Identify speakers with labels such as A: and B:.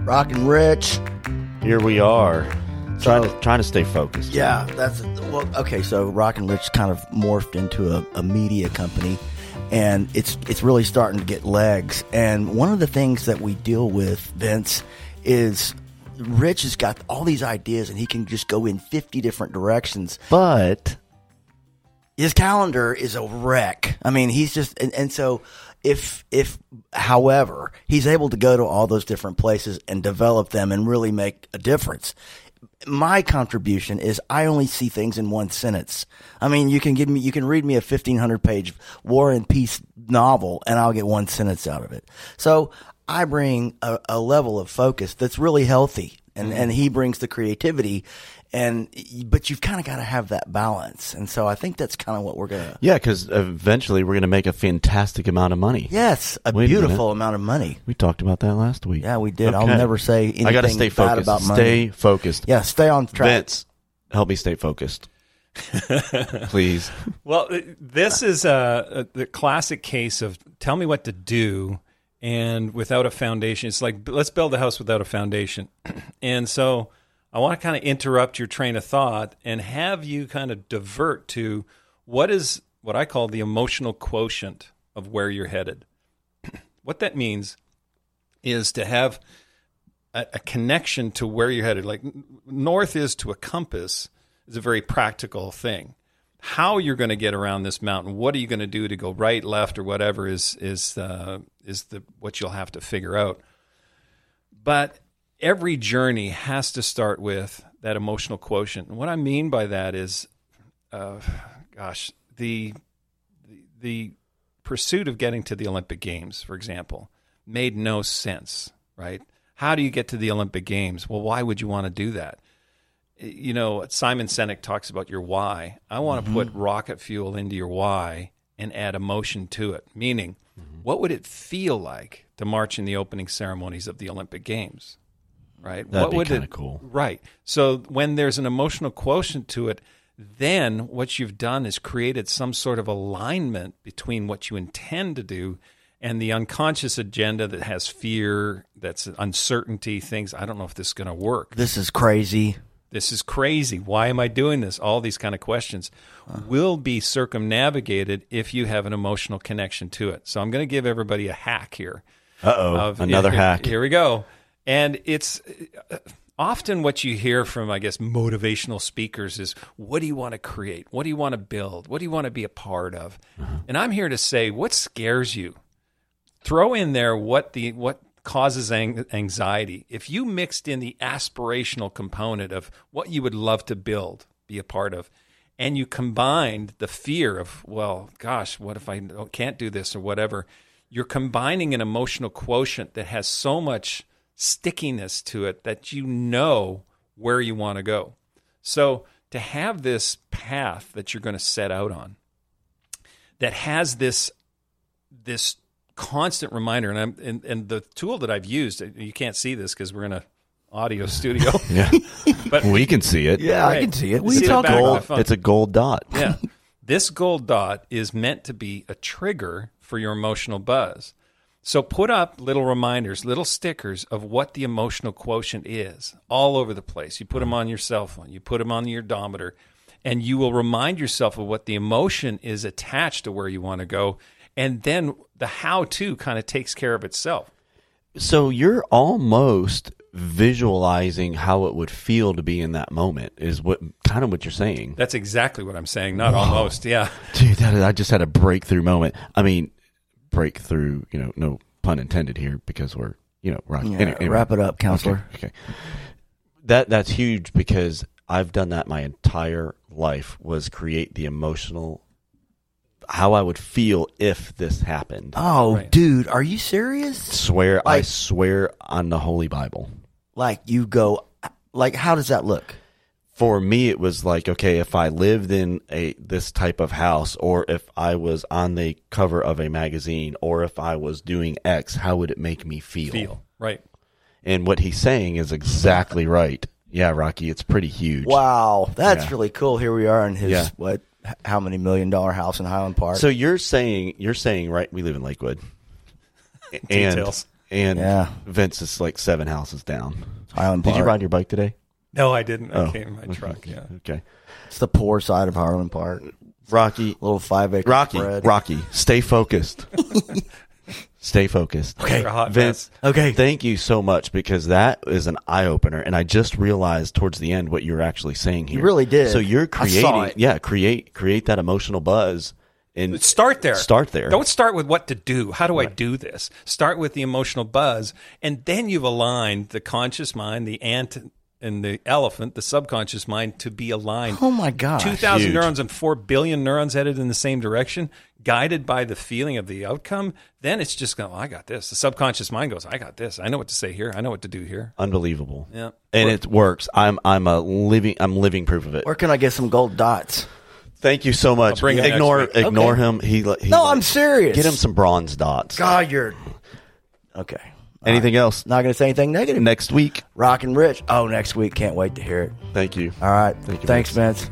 A: Rockin' Rich.
B: Here we are. Trying to, trying to stay focused.
A: Yeah, that's well. Okay, so Rockin' Rich kind of morphed into a, a media company, and it's it's really starting to get legs. And one of the things that we deal with, Vince, is Rich has got all these ideas, and he can just go in fifty different directions.
B: But
A: his calendar is a wreck. I mean, he's just and, and so if if however he's able to go to all those different places and develop them and really make a difference. My contribution is I only see things in one sentence. I mean, you can give me you can read me a 1500 page War and Peace novel and I'll get one sentence out of it. So, I bring a, a level of focus that's really healthy and and he brings the creativity and but you've kind of got to have that balance and so i think that's kind of what we're gonna
B: yeah, because eventually we're going to make a fantastic amount of money.
A: yes a
B: Wait a
A: beautiful amount of money
B: We talked about that last week.
A: yeah we did i'll
B: Okay.
A: never say anything
B: I got to stay
A: bad
B: focused.
A: about money
B: Stay focused.
A: yeah stay on track
B: Vince, help me stay focused. Please.
C: Well, it- this is a, a the classic case of tell me what to do and without a foundation. It's like let's build a house without a foundation. and so I want to kind of interrupt your train of thought and have you kind of divert to what is what I call the emotional quotient of where you're headed. what that means is to have a, a connection to where you're headed. Like n- north is to a compass is a very practical thing. How you're going to get around this mountain? What are you going to do to go right, left, or whatever is is uh, is the what you'll have to figure out. But every journey has to start with that emotional quotient. And what I mean by that is, uh, gosh, the the pursuit of getting to the Olympic Games, for example, made no sense, right? How do you get to the Olympic Games? Well, why would you want to do that? You know, Simon Sinek talks about your why. I want
B: Mm-hmm.
C: to put rocket fuel into your why and add emotion to it, meaning,
B: Mm-hmm.
C: what would it feel like to march in the opening ceremonies of the Olympic Games? Right?
B: That'd
C: what
B: be
C: would
B: kinda
C: it-
B: cool.
C: Right. So when there's an emotional quotient to it, then what you've done is created some sort of alignment between what you intend to do and the unconscious agenda that has fear, that's uncertainty, things. I don't know if this is going to work.
A: this is crazy
C: This is crazy. Why am I doing this? All these kind of questions will be circumnavigated if you have an emotional connection to it. So I'm going to give everybody a hack here
B: Uh oh.
C: of-
B: Another
C: here-
B: hack.
C: Here we go. And it's uh, often what you hear from, I guess, motivational speakers is what do you want to create? What do you want to build? What do you want to be a part of?
B: Uh-huh.
C: And I'm here to say, what scares you? Throw in there what the what causes ang- anxiety. If you mixed in the aspirational component of what you would love to build, be a part of, and you combined the fear of, well, gosh, what if I don't- can't do this or whatever? You're combining an emotional quotient that has so much stickiness to it that you know where you want to go. So, to have this path that you're going to set out on that has this this constant reminder and I'm and, and the tool that I've used you can't see this because we're in a audio studio
B: Yeah.
C: But-
B: we can see it.
A: yeah
C: Right.
A: i can see it we
C: We see
A: talk
C: the back of my
A: about
C: phone.
B: It's a gold dot.
C: yeah. This gold dot is meant to be a trigger for your emotional buzz. So put up little reminders, little stickers of what the emotional quotient is all over the place. You put them on your cell phone, you put them on your odometer, and you will remind yourself of what the emotion is attached to where you want to go. And then the how to kind of takes care of itself.
B: So you're almost visualizing how it would feel to be in that moment is what kind of what you're saying.
C: That's exactly what I'm saying. Not almost. Yeah.
B: Dude, that is, I just had a breakthrough moment. I mean, breakthrough, you know, no pun intended here because we're, you know, rocking.
A: Yeah,
B: Any- anyway.
A: wrap it up counselor
B: Okay. That that's huge because I've done that my entire life was create the emotional how I would feel if this happened.
A: oh
C: Right.
A: dude are you serious
B: swear I
A: Like-
B: swear on the holy bible.
A: like you go like how does that look
B: for me it was like okay if i lived in a this type of house or if i was on the cover of a magazine or if i was doing x how would it make me feel,
C: Feel. Right.
B: and what he's saying is exactly right yeah rocky it's pretty huge
A: wow that's
B: Yeah.
A: really cool here we are in his
B: Yeah.
A: what h- how many million dollar house in highland park
B: so you're saying you're saying right we live in lakewood and
C: Details.
B: and
A: Yeah.
B: Vince is like seven houses down.
A: Highland
B: Did
A: Park.
B: you ride your bike today?
C: No, I didn't. I
B: Oh.
C: came in my truck. Yeah.
B: Okay.
A: It's the poor side of Harlan Park.
B: Rocky,
A: Little five acre
B: Rocky,
A: spread.
B: Rocky, stay focused. stay focused.
A: Okay,
C: They're a hot
B: Vince,
C: mess.
A: Okay.
B: thank you so much because that is an eye opener, and I just realized towards the end what you were actually saying here.
A: really did.
B: So you're
A: I saw
B: creating,
A: it.
B: yeah, create create that emotional buzz, and
C: Start there.
B: Start there.
C: Don't start with what to do. How do I do this? Start with the emotional buzz, and then you've aligned the conscious mind, the ant, and the elephant, the subconscious mind, to be aligned.
A: Oh my gosh.
C: Two thousand
B: Huge.
C: neurons and four billion neurons headed in the same direction, guided by the feeling of the outcome. Then it's just going. Oh, I got this. The subconscious mind goes. I got this. I know what to say here. I know what to do here.
B: unbelievable.
C: Yeah.
B: and it works. I'm I'm a living I'm living proof of it.
A: Where can I get some gold dots?
B: Thank you so much.
C: bring him next
B: ignore
C: week.
B: ignore
A: Okay.
B: him. He, li- he
A: No,
B: li-
A: I'm serious.
B: Get him some bronze dots.
A: God, you're okay.
B: Anything else?
A: Not going to say anything negative.
B: Next week.
A: Rock and Rich. Oh, next week. Can't wait to hear it.
B: Thank you.
A: All right.
B: Thank you,
A: Thanks, Vince.